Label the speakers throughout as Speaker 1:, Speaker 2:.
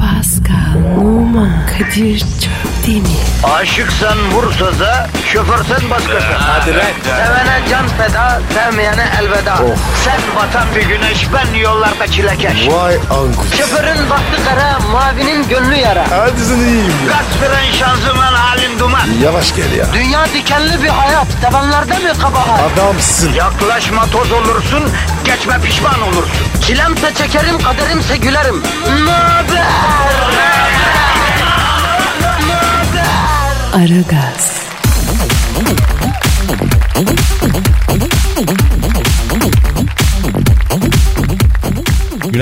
Speaker 1: Pascal, Oman, Kadir çok değil mi?
Speaker 2: Aşıksan vursa da şoförsen başkasın. Hadi
Speaker 3: lan. Oh.
Speaker 2: Sevene can feda, sevmeyene elveda. Sen batan bir güneş, ben yollarda çilekeş.
Speaker 3: Vay anku.
Speaker 2: Şoförün baktı kara, mavinin gönlü yara.
Speaker 3: Hadi sen iyiyim ya.
Speaker 2: Kasperen şanzıman halin duman.
Speaker 3: Yavaş gel ya.
Speaker 2: Dünya dikenli bir hayat, sevenlerde mi kabahar?
Speaker 3: Adamsın.
Speaker 2: Yaklaşma toz olursun, geçme pişman olursun. Çilemse çekerim, kaderimse gülerim. Möber!
Speaker 1: Aragaz,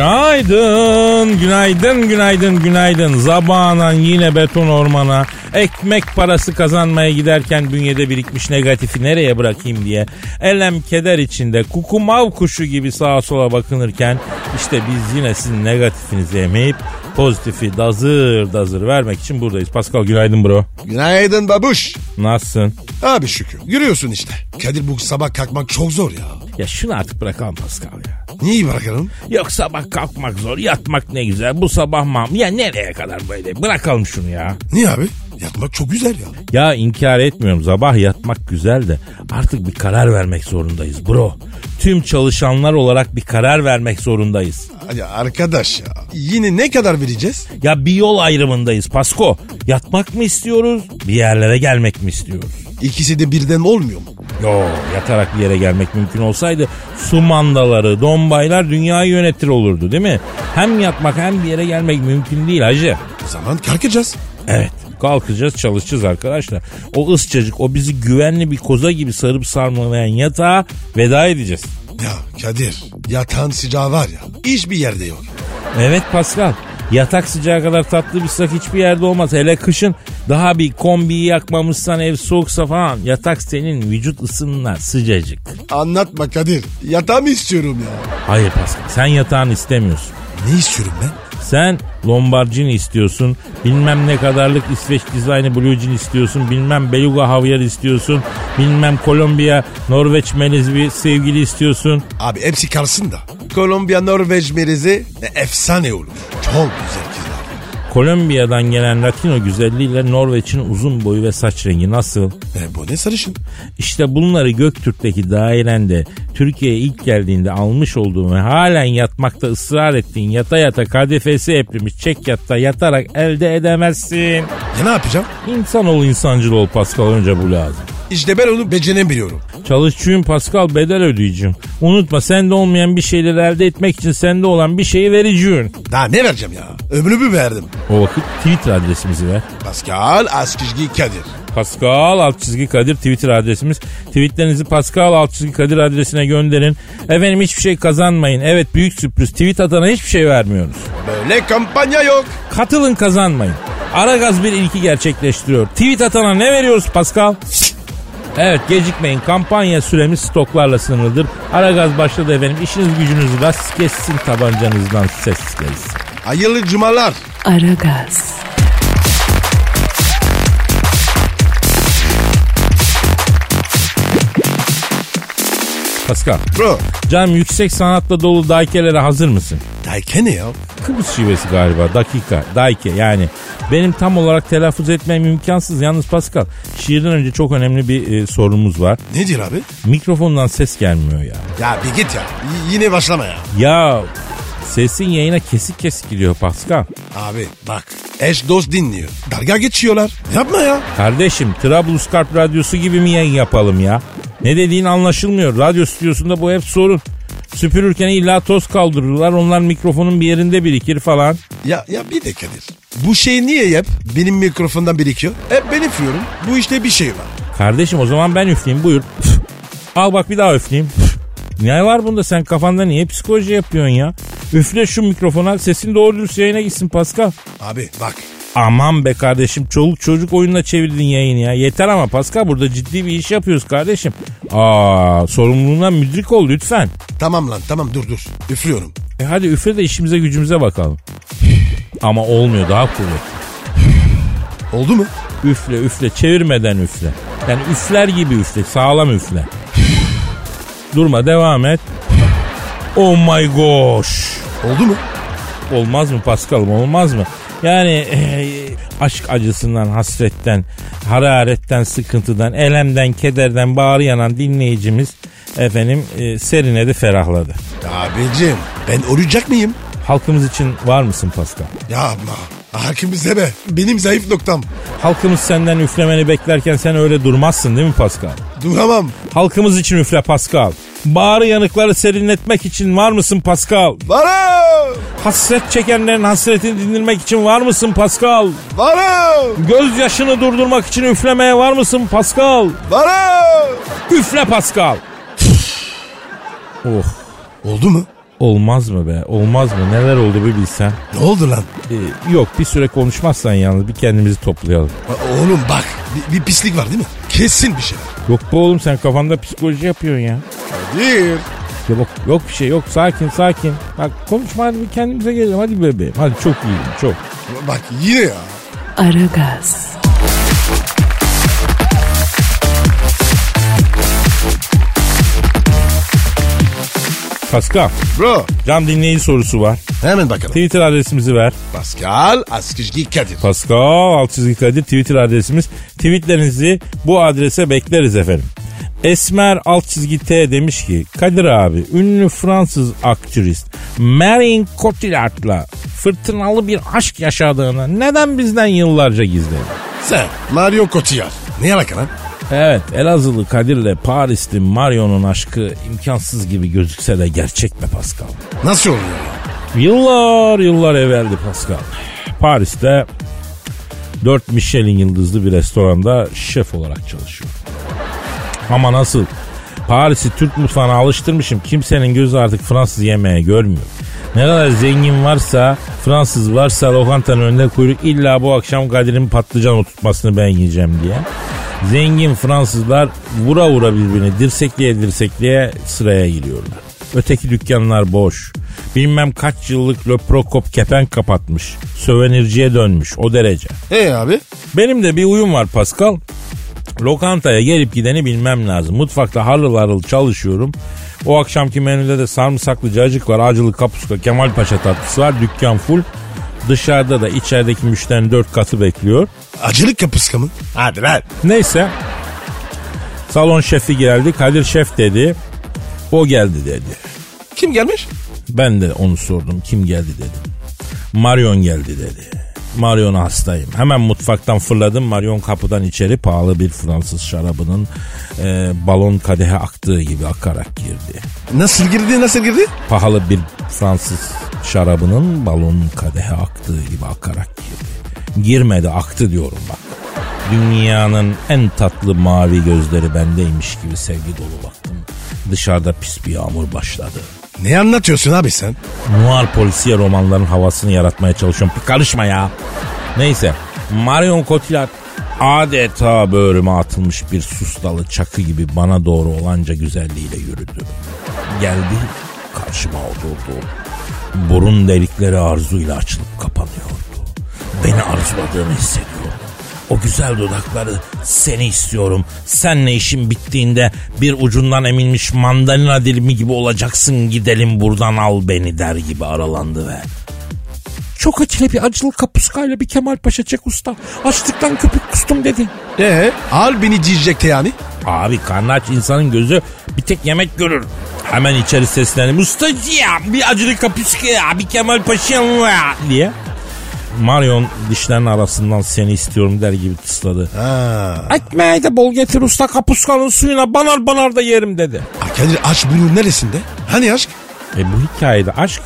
Speaker 4: Günaydın, günaydın, günaydın, günaydın. Zabanan yine beton ormana, ekmek parası kazanmaya giderken bünyede birikmiş negatifi nereye bırakayım diye elem keder içinde kuku mav kuşu gibi sağa sola bakınırken işte biz yine sizin negatifinizi emeyip pozitifi dazır dazır vermek için buradayız. Pascal günaydın bro.
Speaker 3: Günaydın babuş.
Speaker 4: Nasılsın?
Speaker 3: Abi şükür. Görüyorsun işte. Kadir bu sabah kalkmak çok zor ya.
Speaker 4: Ya şunu artık bırakalım Pascal ya.
Speaker 3: Niye bırakalım?
Speaker 4: Yok sabah kalkmak zor, yatmak ne güzel. Bu sabah mam. Ya nereye kadar böyle? Bırakalım şunu ya.
Speaker 3: Niye abi? Yatmak çok güzel ya.
Speaker 4: Ya inkar etmiyorum sabah yatmak güzel de artık bir karar vermek zorundayız bro. Tüm çalışanlar olarak bir karar vermek zorundayız.
Speaker 3: Ya arkadaş ya. Yine ne kadar vereceğiz?
Speaker 4: Ya bir yol ayrımındayız Pasko. Yatmak mı istiyoruz bir yerlere gelmek mi istiyoruz?
Speaker 3: İkisi de birden olmuyor mu?
Speaker 4: Yo yatarak bir yere gelmek mümkün olsaydı su mandaları, dombaylar dünyayı yönetir olurdu değil mi? Hem yatmak hem bir yere gelmek mümkün değil hacı.
Speaker 3: O zaman kalkacağız.
Speaker 4: Evet. Kalkacağız çalışacağız arkadaşlar. O ıscacık o bizi güvenli bir koza gibi sarıp sarmalayan yatağa veda edeceğiz.
Speaker 3: Ya Kadir yatağın sıcağı var ya. Hiç bir yerde yok.
Speaker 4: Evet Pascal. Yatak sıcağı kadar tatlı bir sak hiçbir yerde olmaz. Hele kışın daha bir kombiyi yakmamışsan ev soğuksa falan yatak senin vücut ısınına sıcacık.
Speaker 3: Anlatma Kadir. Yatağı mı istiyorum ya?
Speaker 4: Hayır Pascal sen yatağını istemiyorsun.
Speaker 3: Ne istiyorum ben?
Speaker 4: Sen Lombardini istiyorsun. Bilmem ne kadarlık İsveç dizaynı Blue Jean istiyorsun. Bilmem Beluga Havyar istiyorsun. Bilmem Kolombiya Norveç melez bir sevgili istiyorsun.
Speaker 3: Abi hepsi kalsın da. Kolombiya Norveç merizi e, efsane olur. Çok güzel kızlar.
Speaker 4: Kolombiya'dan gelen Latino güzelliğiyle Norveç'in uzun boyu ve saç rengi nasıl?
Speaker 3: E, bu ne sarışın?
Speaker 4: İşte bunları Göktürk'teki dairende Türkiye'ye ilk geldiğinde almış olduğum ve halen yatmakta ısrar ettiğin yata yata kadifesi eprimiş çek yatta yatarak elde edemezsin.
Speaker 3: Ya ne yapacağım?
Speaker 4: İnsan ol insancıl ol Pascal önce bu lazım.
Speaker 3: İşte ben onu beceremiyorum.
Speaker 4: Çalışçıyım Pascal bedel ödeyeceğim. Unutma sende olmayan bir şeyleri elde etmek için sende olan bir şeyi vereceğim.
Speaker 3: Daha ne vereceğim ya? Ömrümü verdim.
Speaker 4: O vakit Twitter adresimizi ver.
Speaker 3: Pascal Askizgi Kadir.
Speaker 4: Pascal alt çizgi Kadir Twitter adresimiz. Tweetlerinizi Pascal alt çizgi Kadir adresine gönderin. Efendim hiçbir şey kazanmayın. Evet büyük sürpriz. Tweet atana hiçbir şey vermiyoruz.
Speaker 3: Böyle kampanya yok.
Speaker 4: Katılın kazanmayın. Aragaz bir ilki gerçekleştiriyor. Tweet atana ne veriyoruz Pascal? Evet gecikmeyin. Kampanya süremiz stoklarla sınırlıdır. Aragaz başladı efendim. İşiniz gücünüz rast kessin tabancanızdan ses gelsin.
Speaker 3: Hayırlı cumalar.
Speaker 1: Aragaz,
Speaker 4: Pascal,
Speaker 3: Bro.
Speaker 4: canım yüksek sanatla dolu daikelere hazır mısın?
Speaker 3: Dayke ne ya?
Speaker 4: Kıbrıs şivesi galiba dakika dayke yani benim tam olarak telaffuz etmem imkansız yalnız Pascal şiirden önce çok önemli bir e, sorumuz var
Speaker 3: Nedir abi?
Speaker 4: mikrofondan ses gelmiyor ya
Speaker 3: Ya bir git ya. Y- yine başlama ya.
Speaker 4: ya sesin yayına kesik kesik gidiyor Pascal
Speaker 3: Abi bak. Eş dost dinliyor. Darga geçiyorlar. Yapma ya.
Speaker 4: kardeşim Trabluskarp radyosu gibi mi yayın yapalım ya ne dediğin anlaşılmıyor radyo stüdyosunda bu hep sorun süpürürken illa toz kaldırırlar onlar mikrofonun bir yerinde birikir falan
Speaker 3: Ya, ya bir de Kadir. Bu şey niye hep benim mikrofondan birikiyor? Hep ben üflüyorum. Bu işte bir şey var.
Speaker 4: Kardeşim o zaman ben üfleyeyim buyur. Üf. Al bak bir daha üfleyeyim. Üf. Ne var bunda sen kafanda niye psikoloji yapıyorsun ya? Üfle şu mikrofona sesin doğru dürüst yayına gitsin Pascal.
Speaker 3: Abi bak.
Speaker 4: Aman be kardeşim çoluk çocuk oyununa çevirdin yayını ya. Yeter ama Pascal burada ciddi bir iş yapıyoruz kardeşim. Aa sorumluluğuna müdrik ol lütfen.
Speaker 3: Tamam lan tamam dur dur. Üflüyorum.
Speaker 4: E hadi üfle de işimize gücümüze bakalım. Ama olmuyor daha kuvvetli.
Speaker 3: Oldu mu?
Speaker 4: Üfle üfle çevirmeden üfle. Yani üfler gibi üfle sağlam üfle. Durma devam et. Oh my gosh.
Speaker 3: Oldu mu?
Speaker 4: olmaz mı Paskal'ım olmaz mı? Yani eh, aşk acısından, hasretten, hararetten, sıkıntıdan, elemden, kederden bağrı yanan dinleyicimiz efendim eh, serinledi, ferahladı.
Speaker 3: Abicim ben olacak mıyım?
Speaker 4: Halkımız için var mısın Paskal?
Speaker 3: Yapma. Hakimize be. Benim zayıf noktam.
Speaker 4: Halkımız senden üflemeni beklerken sen öyle durmazsın değil mi Pascal?
Speaker 3: Duramam.
Speaker 4: Halkımız için üfle Pascal. Bağrı yanıkları serinletmek için var mısın Pascal?
Speaker 3: Varım.
Speaker 4: Hasret çekenlerin hasretini dindirmek için var mısın Pascal?
Speaker 3: Varım.
Speaker 4: Gözyaşını durdurmak için üflemeye var mısın Pascal?
Speaker 3: Varım.
Speaker 4: Üfle Pascal. oh
Speaker 3: Oldu mu?
Speaker 4: olmaz mı be olmaz mı neler oldu bir bilsen.
Speaker 3: Ne oldu lan?
Speaker 4: Ee, yok bir süre konuşmazsan yalnız bir kendimizi toplayalım.
Speaker 3: O- Oğlum bak bir, bir pislik var değil mi? Kesin bir şey var.
Speaker 4: Yok be oğlum sen kafanda psikoloji yapıyorsun ya.
Speaker 3: Değil.
Speaker 4: Yok yok bir şey yok sakin sakin. Bak konuşma hadi bir kendimize gelelim hadi bebeğim. Hadi çok iyiyim çok.
Speaker 3: Bak yine ya.
Speaker 1: Aragaz,
Speaker 4: Pascal
Speaker 3: Bro.
Speaker 4: cam dinleyici sorusu var.
Speaker 3: Hemen bakalım.
Speaker 4: Twitter adresimizi ver.
Speaker 3: Pascal Askizgi Kadir.
Speaker 4: Pascal alt çizgi Kadir Twitter adresimiz. Tweetlerinizi bu adrese bekleriz efendim. Esmer alt çizgi T demiş ki Kadir abi ünlü Fransız aktrist Marion Cotillard'la fırtınalı bir aşk yaşadığını neden bizden yıllarca gizledi?
Speaker 3: Sen Mario Cotillard. Ne alaka lan?
Speaker 4: Evet Elazığlı Kadir'le Parisli Marion'un aşkı imkansız gibi gözükse de gerçek mi Pascal?
Speaker 3: Nasıl oluyor ya?
Speaker 4: Yıllar yıllar evveldi Pascal. Paris'te 4 Michelin yıldızlı bir restoranda şef olarak çalışıyorum. Ama nasıl? Paris'i Türk mutfağına alıştırmışım. Kimsenin gözü artık Fransız yemeğe görmüyor. Ne kadar zengin varsa, Fransız varsa lokantanın önünde kuyruk illa bu akşam Kadir'in patlıcan oturtmasını ben yiyeceğim diye. Zengin Fransızlar vura vura birbirini dirsekliye dirsekliye sıraya giriyorlar. Öteki dükkanlar boş. Bilmem kaç yıllık Le Prokop kepenk kapatmış. Sövenirciye dönmüş o derece.
Speaker 3: E abi?
Speaker 4: Benim de bir uyum var Pascal. Lokantaya gelip gideni bilmem lazım. Mutfakta harıl harıl çalışıyorum. O akşamki menüde de sarımsaklı cacık var, acılı kapuska, Kemal Paşa tatlısı var, dükkan full. Dışarıda da içerideki müşterinin dört katı bekliyor.
Speaker 3: Acılık kapuska mı? Hadi lan.
Speaker 4: Neyse. Salon şefi geldi. Kadir şef dedi. O geldi dedi.
Speaker 3: Kim gelmiş?
Speaker 4: Ben de onu sordum. Kim geldi dedim. Marion geldi dedi. Marion'a hastayım. Hemen mutfaktan fırladım. Marion kapıdan içeri pahalı bir Fransız şarabının e, balon kadehe aktığı gibi akarak girdi.
Speaker 3: Nasıl girdi nasıl girdi?
Speaker 4: Pahalı bir Fransız şarabının balon kadehe aktığı gibi akarak girdi. Girmedi aktı diyorum bak. Dünyanın en tatlı mavi gözleri bendeymiş gibi sevgi dolu baktım. Dışarıda pis bir yağmur başladı.
Speaker 3: Ne anlatıyorsun abi sen?
Speaker 4: Noir polisiye romanların havasını yaratmaya çalışıyorum. Bir karışma ya. Neyse. Marion Cotillard adeta böğrüme atılmış bir sustalı çakı gibi bana doğru olanca güzelliğiyle yürüdü. Geldi karşıma oturdu. Burun delikleri arzuyla açılıp kapanıyordu. Beni arzuladığını hissediyordum. O güzel dudakları seni istiyorum. Senle işim bittiğinde bir ucundan eminmiş mandalina dilimi gibi olacaksın gidelim buradan al beni der gibi aralandı ve çok acele bir acılı kapuskayla bir Kemal Paşa Çek Usta. Açlıktan köpük kustum dedi.
Speaker 3: Ee? Al beni diyecekti yani.
Speaker 4: Abi karnı aç insanın gözü bir tek yemek görür. Hemen içeri seslendim. Ustacı ya bir acılı kapuska ya bir Kemal Paşa ya diye. Marion dişlerin arasından seni istiyorum der gibi tısladı.
Speaker 3: Ha.
Speaker 4: Ekmeği de bol getir usta kapuskanın suyuna banar banar da yerim dedi.
Speaker 3: Ha, Kadir aç bunun neresinde? Hani aşk?
Speaker 4: E bu hikayede aşk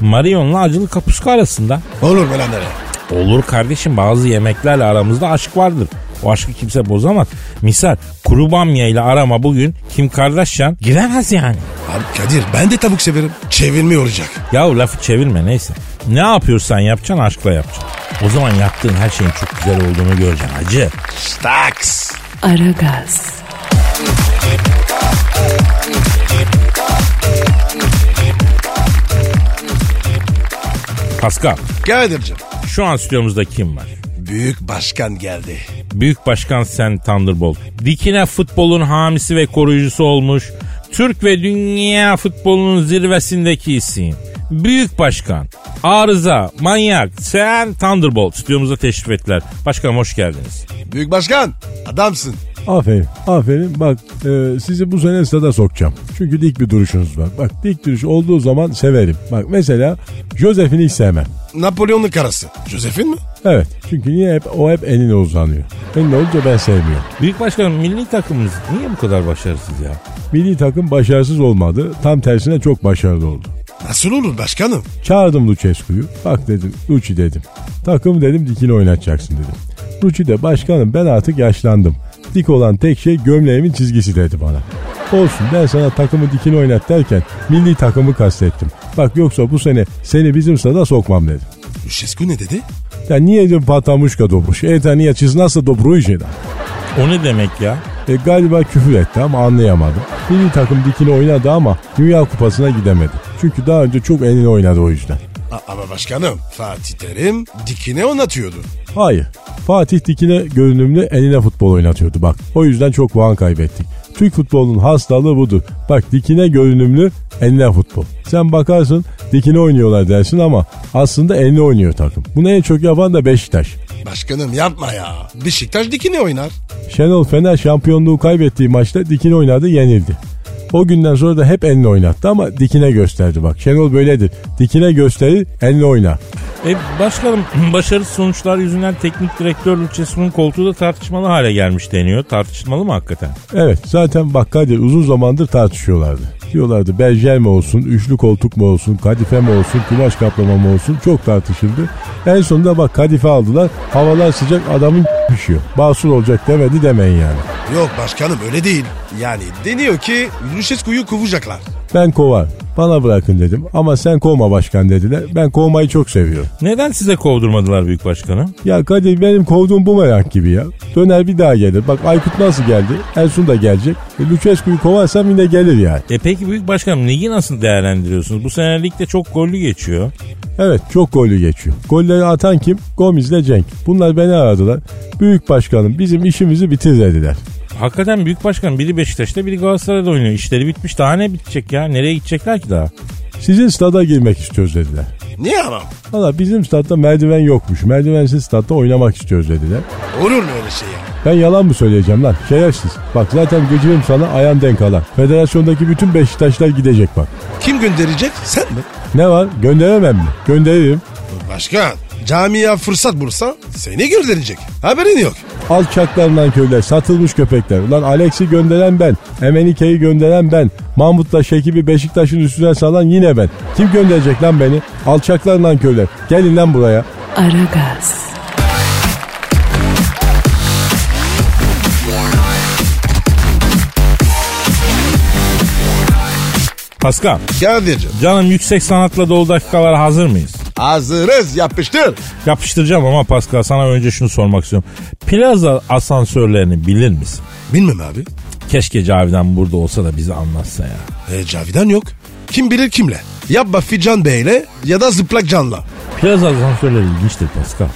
Speaker 4: Marion'la acılı kapuska arasında.
Speaker 3: Olur mu lan nereye?
Speaker 4: Olur kardeşim bazı yemeklerle aramızda aşk vardır. O aşkı kimse bozamaz. Misal kuru bamya ile arama bugün Kim Kardashian giremez yani.
Speaker 3: Abi Kadir ben de tavuk severim. Çevirme olacak.
Speaker 4: Yahu lafı çevirme neyse. Ne yapıyorsan yapacaksın aşkla yapacaksın. O zaman yaptığın her şeyin çok güzel olduğunu göreceksin acı.
Speaker 3: Staks.
Speaker 1: Aragaz,
Speaker 4: Pascal
Speaker 3: Kadir'cim.
Speaker 4: şu an stüdyomuzda kim var?
Speaker 3: Büyük başkan geldi.
Speaker 4: Büyük Başkan Sen Thunderbolt. Dikine futbolun hamisi ve koruyucusu olmuş. Türk ve dünya futbolunun zirvesindeki isim. Büyük Başkan. Arıza, manyak, sen Thunderbolt stüdyomuza teşrif ettiler. Başkanım hoş geldiniz.
Speaker 3: Büyük başkan adamsın.
Speaker 5: Aferin, aferin. Bak e, sizi bu sene stada sokacağım. Çünkü dik bir duruşunuz var. Bak dik duruş olduğu zaman severim. Bak mesela Joseph'ini hiç sevmem.
Speaker 3: Napolyon'un karısı. Joseph'in mi?
Speaker 5: Evet. Çünkü niye hep o hep eline uzanıyor. Elin olunca ben sevmiyorum.
Speaker 4: Büyük başkanım milli takımımız niye bu kadar başarısız ya?
Speaker 5: Milli takım başarısız olmadı. Tam tersine çok başarılı oldu.
Speaker 3: Nasıl olur başkanım?
Speaker 5: Çağırdım Lucescu'yu. Bak dedim Luci dedim. Takım dedim dikini oynatacaksın dedim. Luci de başkanım ben artık yaşlandım. Dik olan tek şey gömleğimin çizgisi dedi bana. Olsun ben sana takımı dikini oynat derken milli takımı kastettim. Bak yoksa bu sene seni bizim sırada sokmam dedim.
Speaker 3: Lucescu ne dedi?
Speaker 5: Ya niye dedim patamuşka dobruş? Eta niye çiz nasıl dobruş
Speaker 4: O ne demek ya?
Speaker 5: E, galiba küfür etti ama anlayamadım. Milli takım dikini oynadı ama Dünya Kupası'na gidemedi. Çünkü daha önce çok enine oynadı o yüzden.
Speaker 3: A- ama başkanım Fatih Terim dikine oynatıyordu.
Speaker 5: Hayır. Fatih Dikine görünümlü enine futbol oynatıyordu bak. O yüzden çok puan kaybettik. Türk futbolunun hastalığı budur. Bak dikine görünümlü enine futbol. Sen bakarsın dikine oynuyorlar dersin ama aslında enine oynuyor takım. Bunu en çok yapan da Beşiktaş.
Speaker 3: Başkanım yapma ya. Beşiktaş dikine oynar.
Speaker 5: Şenol Fener şampiyonluğu kaybettiği maçta dikine oynadı yenildi. O günden sonra da hep enine oynattı ama dikine gösterdi bak. Şenol böyledir. Dikine gösterir, enine oynar.
Speaker 4: E başkanım başarısız sonuçlar yüzünden teknik direktör Lucescu'nun koltuğu da tartışmalı hale gelmiş deniyor. Tartışmalı mı hakikaten?
Speaker 5: Evet zaten bak Kadir uzun zamandır tartışıyorlardı. Diyorlardı berjer mi olsun, üçlü koltuk mu olsun, kadife mi olsun, kumaş kaplama mı olsun çok tartışıldı. En sonunda bak kadife aldılar. Havalar sıcak adamın pişiyor. Basur olacak demedi demeyin yani.
Speaker 3: Yok başkanım öyle değil. Yani deniyor ki Lucescu'yu kovacaklar.
Speaker 5: Ben kovar. Bana bırakın dedim. Ama sen kovma başkan dediler. Ben kovmayı çok seviyorum.
Speaker 4: Neden size kovdurmadılar büyük başkanım?
Speaker 5: Ya Kadir benim kovduğum bu merak gibi ya. Döner bir daha gelir. Bak Aykut nasıl geldi? Ersun da gelecek. E, Lucescu'yu kovarsam yine gelir yani.
Speaker 4: E peki büyük başkanım ligi nasıl değerlendiriyorsunuz? Bu sene ligde çok gollü geçiyor.
Speaker 5: Evet çok golü geçiyor. Golleri atan kim? Gomis ile Cenk. Bunlar beni aradılar. Büyük başkanım bizim işimizi bitir dediler.
Speaker 4: Hakikaten büyük başkanım biri Beşiktaş'ta biri Galatasaray'da oynuyor. İşleri bitmiş daha ne bitecek ya? Nereye gidecekler ki daha?
Speaker 5: Sizin stada girmek istiyoruz dediler.
Speaker 3: Niye ama?
Speaker 5: Valla bizim statta merdiven yokmuş. Merdivensiz statta oynamak istiyoruz dediler.
Speaker 3: Olur mu öyle şey ya?
Speaker 5: Ben yalan mı söyleyeceğim lan? Şerefsiz. Bak zaten gıcığım sana ayağın denk alan. Federasyondaki bütün Beşiktaşlar gidecek bak.
Speaker 3: Kim gönderecek? Sen mi?
Speaker 5: Ne var? Gönderemem mi? Gönderirim.
Speaker 3: Başkan camiye fırsat bulursa seni gönderecek. Haberin yok.
Speaker 5: Alçaklarından köyler, satılmış köpekler. Ulan Alex'i gönderen ben, Emenike'yi gönderen ben, Mahmut'la Şekip'i Beşiktaş'ın üstüne salan yine ben. Kim gönderecek lan beni? Alçaklarından köyler. Gelin lan buraya.
Speaker 1: Aragaz,
Speaker 4: Paskal
Speaker 3: Kadir'cim
Speaker 4: canım yüksek sanatla dolu dakikalar hazır mıyız?
Speaker 3: hazırız yapıştır.
Speaker 4: Yapıştıracağım ama Pascal sana önce şunu sormak istiyorum. Plaza asansörlerini bilir misin?
Speaker 3: Bilmem abi.
Speaker 4: Keşke Cavidan burada olsa da bize anlatsa ya.
Speaker 3: E, Cavidan yok. Kim bilir kimle? Ya Buffy Can Bey'le ya da Zıplak Can'la.
Speaker 4: Plaza asansörleri ilginçtir Pascal.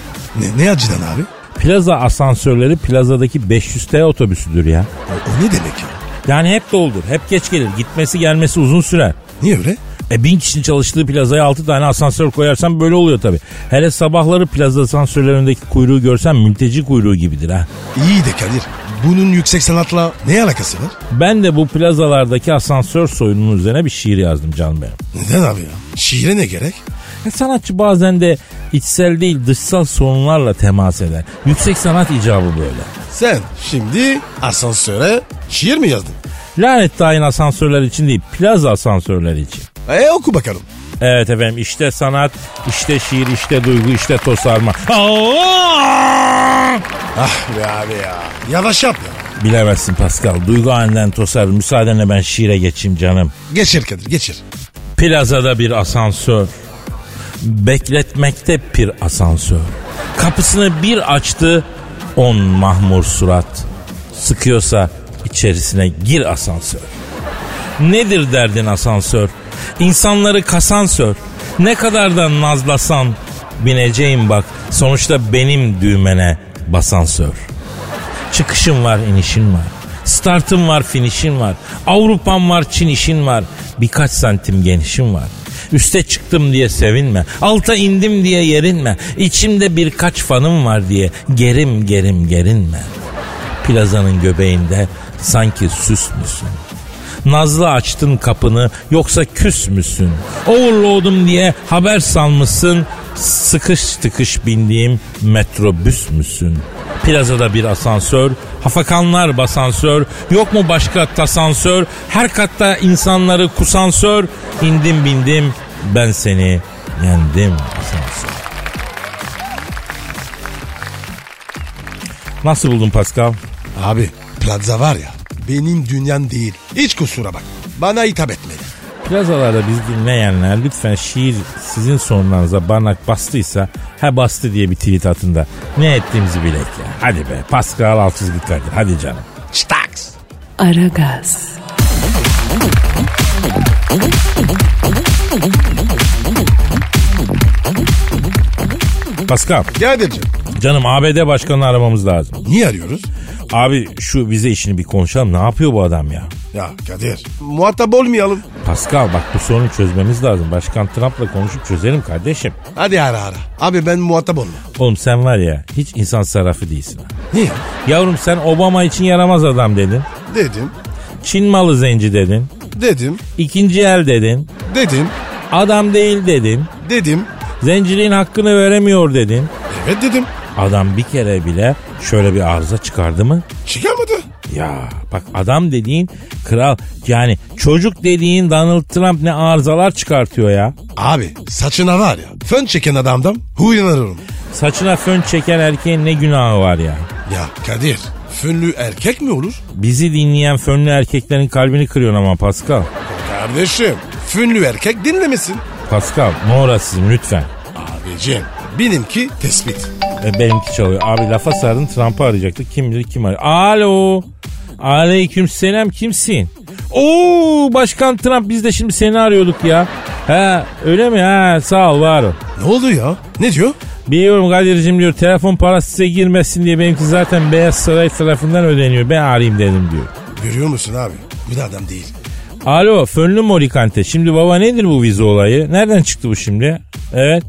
Speaker 3: Ne, ne acıdan abi?
Speaker 4: Plaza asansörleri plazadaki 500T otobüsüdür ya.
Speaker 3: O, o ne demek ya?
Speaker 4: Yani hep doldur, hep geç gelir. Gitmesi gelmesi uzun sürer.
Speaker 3: Niye öyle?
Speaker 4: E bin kişinin çalıştığı plazaya 6 tane asansör koyarsan böyle oluyor tabii. Hele sabahları plaza asansörlerindeki kuyruğu görsen mülteci kuyruğu gibidir ha.
Speaker 3: İyi de Kadir. Bunun yüksek sanatla ne alakası var?
Speaker 4: Ben de bu plazalardaki asansör soyunun üzerine bir şiir yazdım canım benim.
Speaker 3: Neden abi ya? Şiire ne gerek?
Speaker 4: E, Sanatçı bazen de içsel değil dışsal sorunlarla temas eder. Yüksek sanat icabı böyle.
Speaker 3: Sen şimdi asansöre şiir mi yazdın?
Speaker 4: Lanet tayin asansörler için değil plaza asansörleri için.
Speaker 3: E oku bakalım.
Speaker 4: Evet efendim işte sanat, işte şiir, işte duygu, işte tosarma.
Speaker 3: Ah be abi ya. Yavaş yap ya.
Speaker 4: Bilemezsin Pascal. Duygu halinden tosar. Müsaadenle ben şiire geçeyim canım.
Speaker 3: Geçir Kadir geçir.
Speaker 4: Plazada bir asansör. Bekletmekte bir asansör. Kapısını bir açtı. On mahmur surat. Sıkıyorsa içerisine gir asansör. Nedir derdin asansör? İnsanları kasansör. Ne kadar da nazlasan bineceğim bak. Sonuçta benim düğmene basansör. Çıkışın var, inişin var. Startın var, finişin var. Avrupan var, Çin işin var. Birkaç santim genişin var. Üste çıktım diye sevinme. Alta indim diye yerinme. İçimde birkaç fanım var diye gerim gerim gerinme. Plazanın göbeğinde sanki süs müsün? Nazlı açtın kapını yoksa küs müsün? Overload'um diye haber salmışsın. Sıkış tıkış bindiğim metrobüs müsün? Plazada bir asansör, hafakanlar basansör, yok mu başka tasansör? Her katta insanları kusansör, indim bindim ben seni yendim asansör. Nasıl buldun Pascal?
Speaker 3: Abi plaza var ya benim dünyam değil. Hiç kusura bak. Bana hitap etmedi.
Speaker 4: Plazalarda biz dinleyenler lütfen şiir sizin sorularınıza barnak bastıysa he bastı diye bir tweet atın da ne ettiğimizi bilek ya. Hadi be Pascal Altız Kadir hadi canım.
Speaker 3: Staks.
Speaker 1: Aragaz,
Speaker 4: Pascal
Speaker 3: Kadir'cim
Speaker 4: canım ABD başkanını aramamız lazım.
Speaker 3: niye arıyoruz?
Speaker 4: Abi şu vize işini bir konuşalım ne yapıyor bu adam ya?
Speaker 3: Ya Kadir muhatap olmayalım.
Speaker 4: Pascal bak bu sorunu çözmemiz lazım. Başkan Trump'la konuşup çözelim kardeşim.
Speaker 3: Hadi ara ara. Abi ben muhatap olmam.
Speaker 4: Oğlum sen var ya hiç insan sarrafı değilsin. ha.
Speaker 3: Niye?
Speaker 4: Yavrum sen Obama için yaramaz adam dedin.
Speaker 3: Dedim,
Speaker 4: Çin malı zenci dedin.
Speaker 3: dedim,
Speaker 4: İkinci el dedin.
Speaker 3: dedim,
Speaker 4: Adam değil dedin.
Speaker 3: dedim.
Speaker 4: Zenciliğin hakkını veremiyor dedin.
Speaker 3: Evet dedim.
Speaker 4: Adam bir kere bile şöyle bir arıza çıkardı mı?
Speaker 3: Çıkamadı.
Speaker 4: Ya bak adam dediğin kral yani çocuk dediğin Donald Trump ne arızalar çıkartıyor ya.
Speaker 3: Abi saçına var ya fön çeken adamdan huylanırım.
Speaker 4: Saçına fön çeken erkeğin ne günahı var ya.
Speaker 3: Ya Kadir fönlü erkek mi olur?
Speaker 4: Bizi dinleyen fönlü erkeklerin kalbini kırıyorsun ama Pascal.
Speaker 3: Kardeşim fönlü erkek dinlemesin.
Speaker 4: Pascal morasızım lütfen.
Speaker 3: Abicim benimki tespit.
Speaker 4: E, benimki çalıyor. Abi lafa sardın Trump'ı arayacaktık. Kim bilir kim arıyor. Alo. Aleyküm selam kimsin? Oo başkan Trump biz de şimdi seni arıyorduk ya. He öyle mi? He sağ ol var ol.
Speaker 3: Ne oldu ya? Ne diyor?
Speaker 4: Biliyorum Kadir'cim diyor telefon parası size girmesin diye benimki zaten Beyaz Saray tarafından ödeniyor. Ben arayayım dedim diyor.
Speaker 3: Görüyor musun abi? Bu da adam değil.
Speaker 4: Alo Fönlü Morikante şimdi baba nedir bu vize olayı? Nereden çıktı bu şimdi? Evet.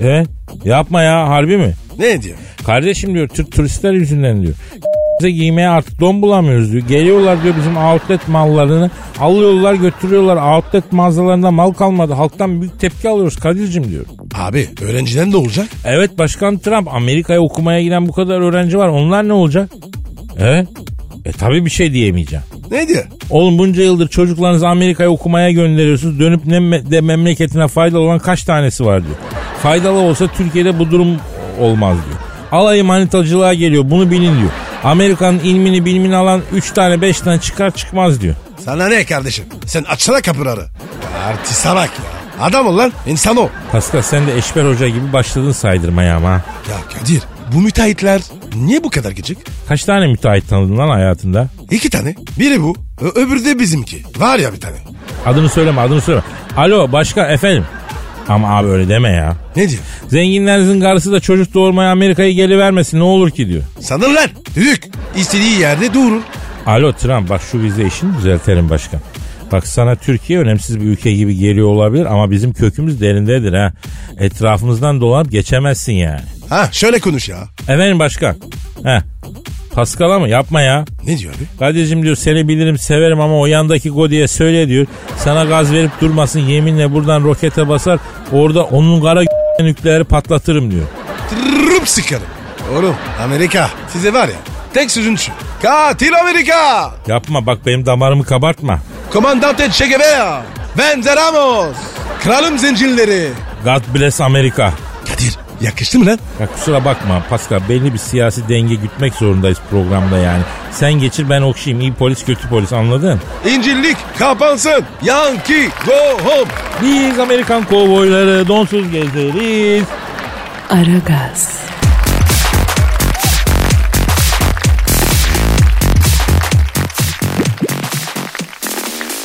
Speaker 4: Evet. Yapma ya harbi mi?
Speaker 3: Ne diyor?
Speaker 4: Kardeşim diyor Türk turistler yüzünden diyor. Bize giymeye artık don bulamıyoruz diyor. Geliyorlar diyor bizim outlet mallarını alıyorlar götürüyorlar. Outlet mağazalarında mal kalmadı. Halktan büyük tepki alıyoruz Kadir'cim diyor.
Speaker 3: Abi öğrenciden ne olacak?
Speaker 4: Evet Başkan Trump Amerika'ya okumaya giden bu kadar öğrenci var. Onlar ne olacak? Evet. E tabi bir şey diyemeyeceğim.
Speaker 3: Ne diyor?
Speaker 4: Oğlum bunca yıldır çocuklarınızı Amerika'ya okumaya gönderiyorsunuz. Dönüp ne me- de memleketine faydalı olan kaç tanesi var diyor. Faydalı olsa Türkiye'de bu durum olmaz diyor. Alayı manitacılığa geliyor bunu bilin diyor. Amerika'nın ilmini bilmini alan 3 tane 5 tane çıkar çıkmaz diyor.
Speaker 3: Sana ne kardeşim? Sen açsana kapıları. Artiste bak ya. Adam ol lan insan ol.
Speaker 4: Pascal sen de Eşber Hoca gibi başladın saydırmaya ama. ha.
Speaker 3: Ya Kadir bu müteahhitler niye bu kadar gıcık?
Speaker 4: Kaç tane müteahhit tanıdın lan hayatında?
Speaker 3: İki tane. Biri bu. ö- Öbürü de bizimki. Var ya bir tane.
Speaker 4: Adını söyleme adını söyleme. Alo başkan efendim. Ama abi öyle deme ya.
Speaker 3: Ne diyor?
Speaker 4: Zenginlerinizin karısı da çocuk doğurmaya Amerika'ya gelivermesin ne olur ki diyor.
Speaker 3: Sanır lan. Düdük. İstediği yerde durur.
Speaker 4: Alo Trump bak şu vize işini düzeltelim başkan. Bak sana Türkiye önemsiz bir ülke gibi geliyor olabilir ama bizim kökümüz derindedir ha. Etrafımızdan dolanıp geçemezsin yani.
Speaker 3: Ha şöyle konuş ya.
Speaker 4: Efendim başkan. He. Paskal'a mı? Yapma ya.
Speaker 3: Ne diyor abi?
Speaker 4: Kadir'cim diyor seni bilirim severim ama o yandaki Godi'ye söyle diyor. Sana gaz verip durmasın yeminle buradan rokete basar. Orada onun kara nükleeri patlatırım diyor.
Speaker 3: Tırırıp sıkarım. Oğlum Amerika size var ya. Tek sözün şu. Katil Amerika.
Speaker 4: Yapma bak benim damarımı kabartma.
Speaker 3: Komandante Che Guevara. Benze Ramos. Kralım zincirleri.
Speaker 4: God bless Amerika.
Speaker 3: Kadir yakıştı mı lan?
Speaker 4: Ya kusura bakma Pascal belli bir siyasi denge gütmek zorundayız programda yani. Sen geçir ben okşayayım iyi polis kötü polis anladın?
Speaker 3: İncirlik kapansın. Yankee go home.
Speaker 4: Biz Amerikan kovboyları donsuz gezeriz.
Speaker 1: Aragaz,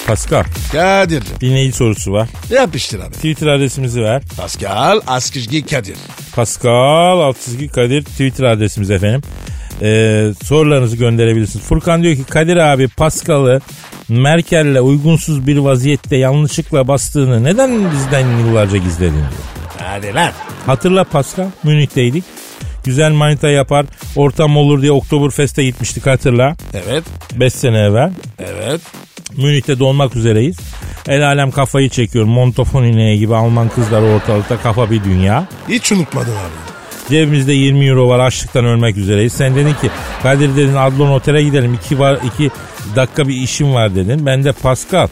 Speaker 4: Pascal
Speaker 3: Kadir
Speaker 4: dinleyici sorusu var.
Speaker 3: yapıştır abi.
Speaker 4: Twitter adresimizi ver.
Speaker 3: Pascal Askizgi Kadir.
Speaker 4: Pascal Altçizgi Kadir Twitter adresimiz efendim. Ee, sorularınızı gönderebilirsiniz. Furkan diyor ki Kadir abi Pascal'ı Merkel'le uygunsuz bir vaziyette yanlışlıkla bastığını neden bizden yıllarca gizledin diyor.
Speaker 3: Hadi lan.
Speaker 4: Hatırla Pascal, Münih'teydik. Güzel manita yapar, ortam olur diye Oktoberfest'e gitmiştik hatırla.
Speaker 3: Evet.
Speaker 4: 5 sene evvel.
Speaker 3: Evet.
Speaker 4: Münih'te dolmak üzereyiz. El alem kafayı çekiyor. Montofon ineği gibi Alman kızları ortalıkta kafa bir dünya.
Speaker 3: Hiç unutmadın abi.
Speaker 4: Cebimizde 20 euro var açlıktan ölmek üzereyiz. Sen dedin ki Kadir dedin Adlon otele gidelim. 2 var iki dakika bir işim var dedin. Ben de Pascal.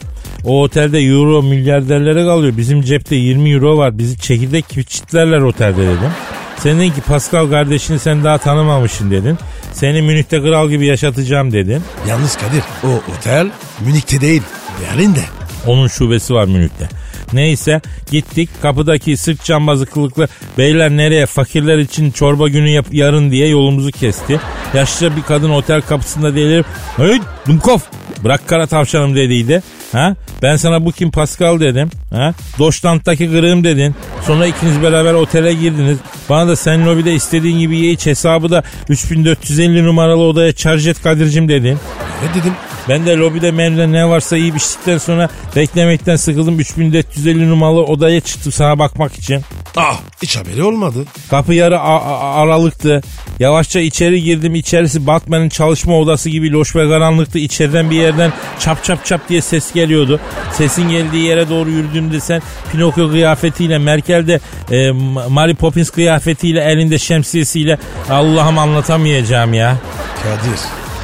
Speaker 4: O otelde euro milyarderlere kalıyor. Bizim cepte 20 euro var. Bizi çekirdek gibi çitlerler otelde dedim. Sen dedin ki Pascal kardeşini sen daha tanımamışsın dedin. Seni Münih'te kral gibi yaşatacağım dedin.
Speaker 3: Yalnız Kadir o otel Münih'te değil. Berlin'de.
Speaker 4: Onun şubesi var Münih'te. Neyse gittik kapıdaki sırt cambazı kılıklı beyler nereye fakirler için çorba günü yap- yarın diye yolumuzu kesti. Yaşlıca bir kadın otel kapısında delirip hey Dumkov bırak kara tavşanım dediydi. Ha? Ben sana bu kim Pascal dedim. Ha? Doştant'taki kırığım dedin. Sonra ikiniz beraber otele girdiniz. Bana da sen lobide istediğin gibi ye iç hesabı da 3450 numaralı odaya şarj et Kadir'cim dedin.
Speaker 3: Evet dedim.
Speaker 4: Ben de lobide menüde ne varsa yiyip içtikten sonra beklemekten sıkıldım. 3450 numaralı odaya çıktım sana bakmak için.
Speaker 3: Ah hiç haberi olmadı.
Speaker 4: Kapı yarı a- a- aralıktı. Yavaşça içeri girdim. İçerisi Batman'ın çalışma odası gibi loş ve karanlıktı. İçeriden bir yerden çap çap çap diye ses geliyordu. Sesin geldiği yere doğru yürüdüğümde sen Pinokyo kıyafetiyle Merkel de e, Mary Poppins kıyafetiyle elinde şemsiyesiyle Allah'ım anlatamayacağım ya.
Speaker 3: Kadir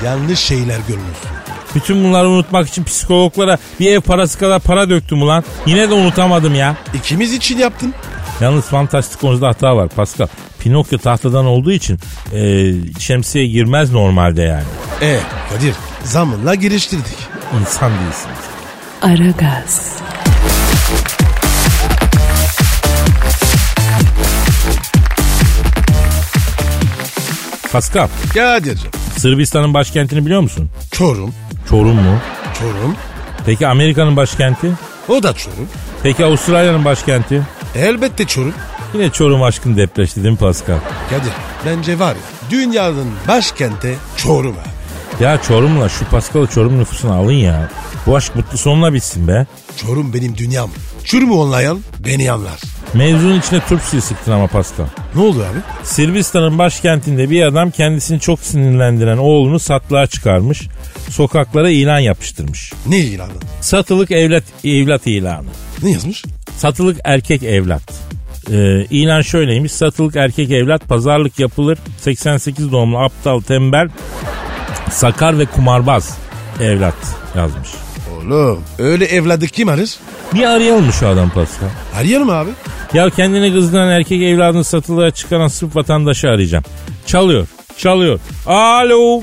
Speaker 3: yanlış şeyler görmüşsün.
Speaker 4: Bütün bunları unutmak için psikologlara bir ev parası kadar para döktüm ulan. Yine de unutamadım ya.
Speaker 3: İkimiz için yaptın.
Speaker 4: Yalnız fantastik konuda hata var Pascal. Pinokyo tahtadan olduğu için e, şemsiye girmez normalde yani.
Speaker 3: E Kadir zamanla geliştirdik.
Speaker 4: İnsan değilsiniz.
Speaker 1: Aragaz,
Speaker 4: Pascal,
Speaker 3: Kadir'cim
Speaker 4: Sırbistan'ın başkentini biliyor musun?
Speaker 3: Çorum.
Speaker 4: Çorum mu?
Speaker 3: Çorum.
Speaker 4: Peki Amerika'nın başkenti?
Speaker 3: O da Çorum.
Speaker 4: Peki Avustralya'nın başkenti?
Speaker 3: Elbette Çorum.
Speaker 4: Yine Çorum aşkın depreşti değil mi Pascal?
Speaker 3: Kadir bence var ya dünyanın başkenti Çorum abi.
Speaker 4: Ya Çorum'la şu Pascal'ı Çorum nüfusuna alın ya. Bu aşk mutlu sonla bitsin be.
Speaker 3: Çorum benim dünyam. Çorum'u onlayan beni anlar.
Speaker 4: Mevzunun içine turp suyu sıktın ama Pascal.
Speaker 3: Ne oldu abi?
Speaker 4: Sırbistan'ın başkentinde bir adam kendisini çok sinirlendiren oğlunu satlığa çıkarmış. Sokaklara ilan yapıştırmış.
Speaker 3: Ne ilanı?
Speaker 4: Satılık evlat evlat ilanı.
Speaker 3: Ne yazmış?
Speaker 4: Satılık erkek evlat. Ee, ilan şöyleymiş. Satılık erkek evlat pazarlık yapılır. 88 doğumlu aptal, tembel, sakar ve kumarbaz evlat yazmış.
Speaker 3: Oğlum öyle evladı kim arır?
Speaker 4: Bir arayalım mı şu adam Pascal?
Speaker 3: Arayalım abi.
Speaker 4: Ya kendini kızdıran erkek evladını satılığa çıkaran sırf vatandaşı arayacağım. Çalıyor, çalıyor. Alo.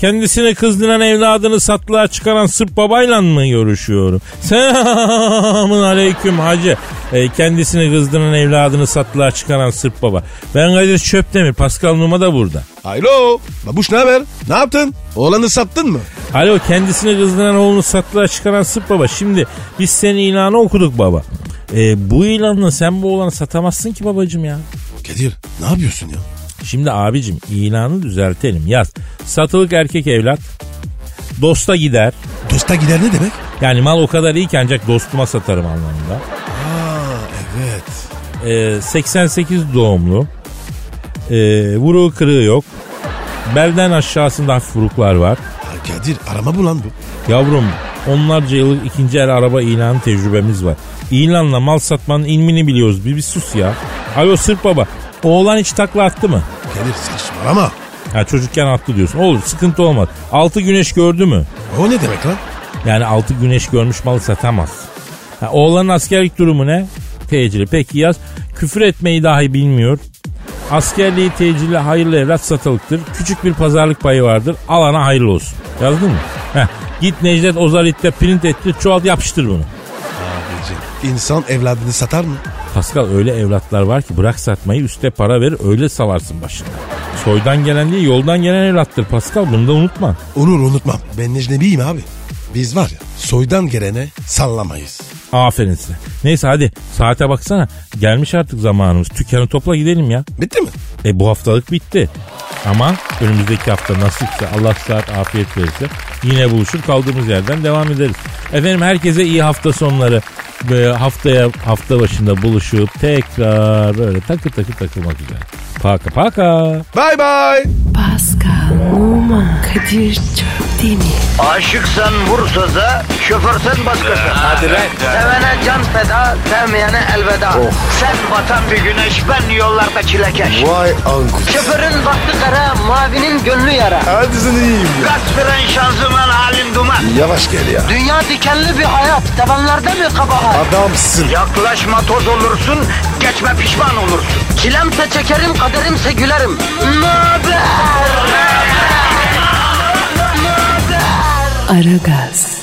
Speaker 4: Kendisini kızdıran evladını satılığa çıkaran Sırp babayla mı görüşüyorum? Selamun aleyküm hacı. E, kendisini kızdıran evladını satılığa çıkaran Sırp baba. Ben Kadir Çöptemir, Pascal Numa da burada.
Speaker 3: Alo. Babuş ne haber? Ne yaptın? Oğlanı sattın mı?
Speaker 4: Alo kendisini kızdıran oğlunu satlığa çıkaran Sırp baba. Şimdi biz senin ilanı okuduk baba. E, bu ilanla sen bu oğlanı satamazsın ki babacım ya.
Speaker 3: Kadir ne yapıyorsun ya?
Speaker 4: Şimdi abicim ilanı düzeltelim yaz. Satılık erkek evlat. Dosta gider.
Speaker 3: Dosta gider ne demek?
Speaker 4: Yani mal o kadar iyi ki ancak dostuma satarım anlamında.
Speaker 3: Aa evet.
Speaker 4: Ee, 88 doğumlu. Ee, vuruğu kırığı yok. Belden aşağısında hafif vuruklar var.
Speaker 3: Ha, Kadir arama bu lan bu.
Speaker 4: Yavrum onlarca yıllık ikinci el araba ilanı tecrübemiz var. İlanla mal satmanın ilmini biliyoruz. Bir, bir sus ya. Alo Sırp baba. Oğlan hiç takla attı mı?
Speaker 3: Kadir saçmalama.
Speaker 4: Ha, çocukken attı diyorsun. Olur sıkıntı olmaz. Altı güneş gördü mü?
Speaker 3: O ne demek lan?
Speaker 4: Yani altı güneş görmüş malı satamaz. Ha, oğlanın askerlik durumu ne? Tecili. Peki yaz. Küfür etmeyi dahi bilmiyor. Askerliği tecili hayırlı evlat satılıktır. Küçük bir pazarlık payı vardır. Alana hayırlı olsun. Yazdın mı? Heh. Git Necdet Ozalit'te print ettir. Çoğalt yapıştır bunu.
Speaker 3: Abicim insan evladını satar mı?
Speaker 4: Pascal öyle evlatlar var ki bırak satmayı üste para verir öyle salarsın başına. Soydan gelen değil yoldan gelen evlattır Pascal bunu da unutma.
Speaker 3: Onur unutmam. Ben necnebiyim abi. Biz var ya soydan gelene sallamayız.
Speaker 4: Aferin size. Neyse hadi saate baksana. Gelmiş artık zamanımız. Tükanı topla gidelim ya.
Speaker 3: Bitti mi?
Speaker 4: E bu haftalık bitti. Ama önümüzdeki hafta nasipse Allah saat afiyet verirse yine buluşur kaldığımız yerden devam ederiz. Efendim herkese iyi hafta sonları ve haftaya hafta başında buluşup tekrar böyle takı takı takılmak üzere. Paka paka.
Speaker 3: Bye bye.
Speaker 1: Pascal, Oman, Kadir çok değil mi?
Speaker 2: Aşıksan vursa da şoförsen başkasın. Hadi
Speaker 6: lan.
Speaker 2: Sevene can feda, sevmeyene elveda.
Speaker 3: Oh.
Speaker 2: Sen batan bir güneş, ben yollarda çilekeş.
Speaker 3: Vay anku.
Speaker 2: Şoförün baktı kara, mavinin gönlü yara.
Speaker 3: Hadi sen iyiyim ya.
Speaker 2: Kasperen şanzıman halin duman.
Speaker 3: Yavaş gel ya.
Speaker 2: Dünya dikenli bir hayat, sevenlerde mi kabahar?
Speaker 3: Adamsın.
Speaker 2: Yaklaşma toz olursun, geçme pişman olursun. Çilemse çekerim, kaderimse gülerim. Möber!
Speaker 1: Aragaz.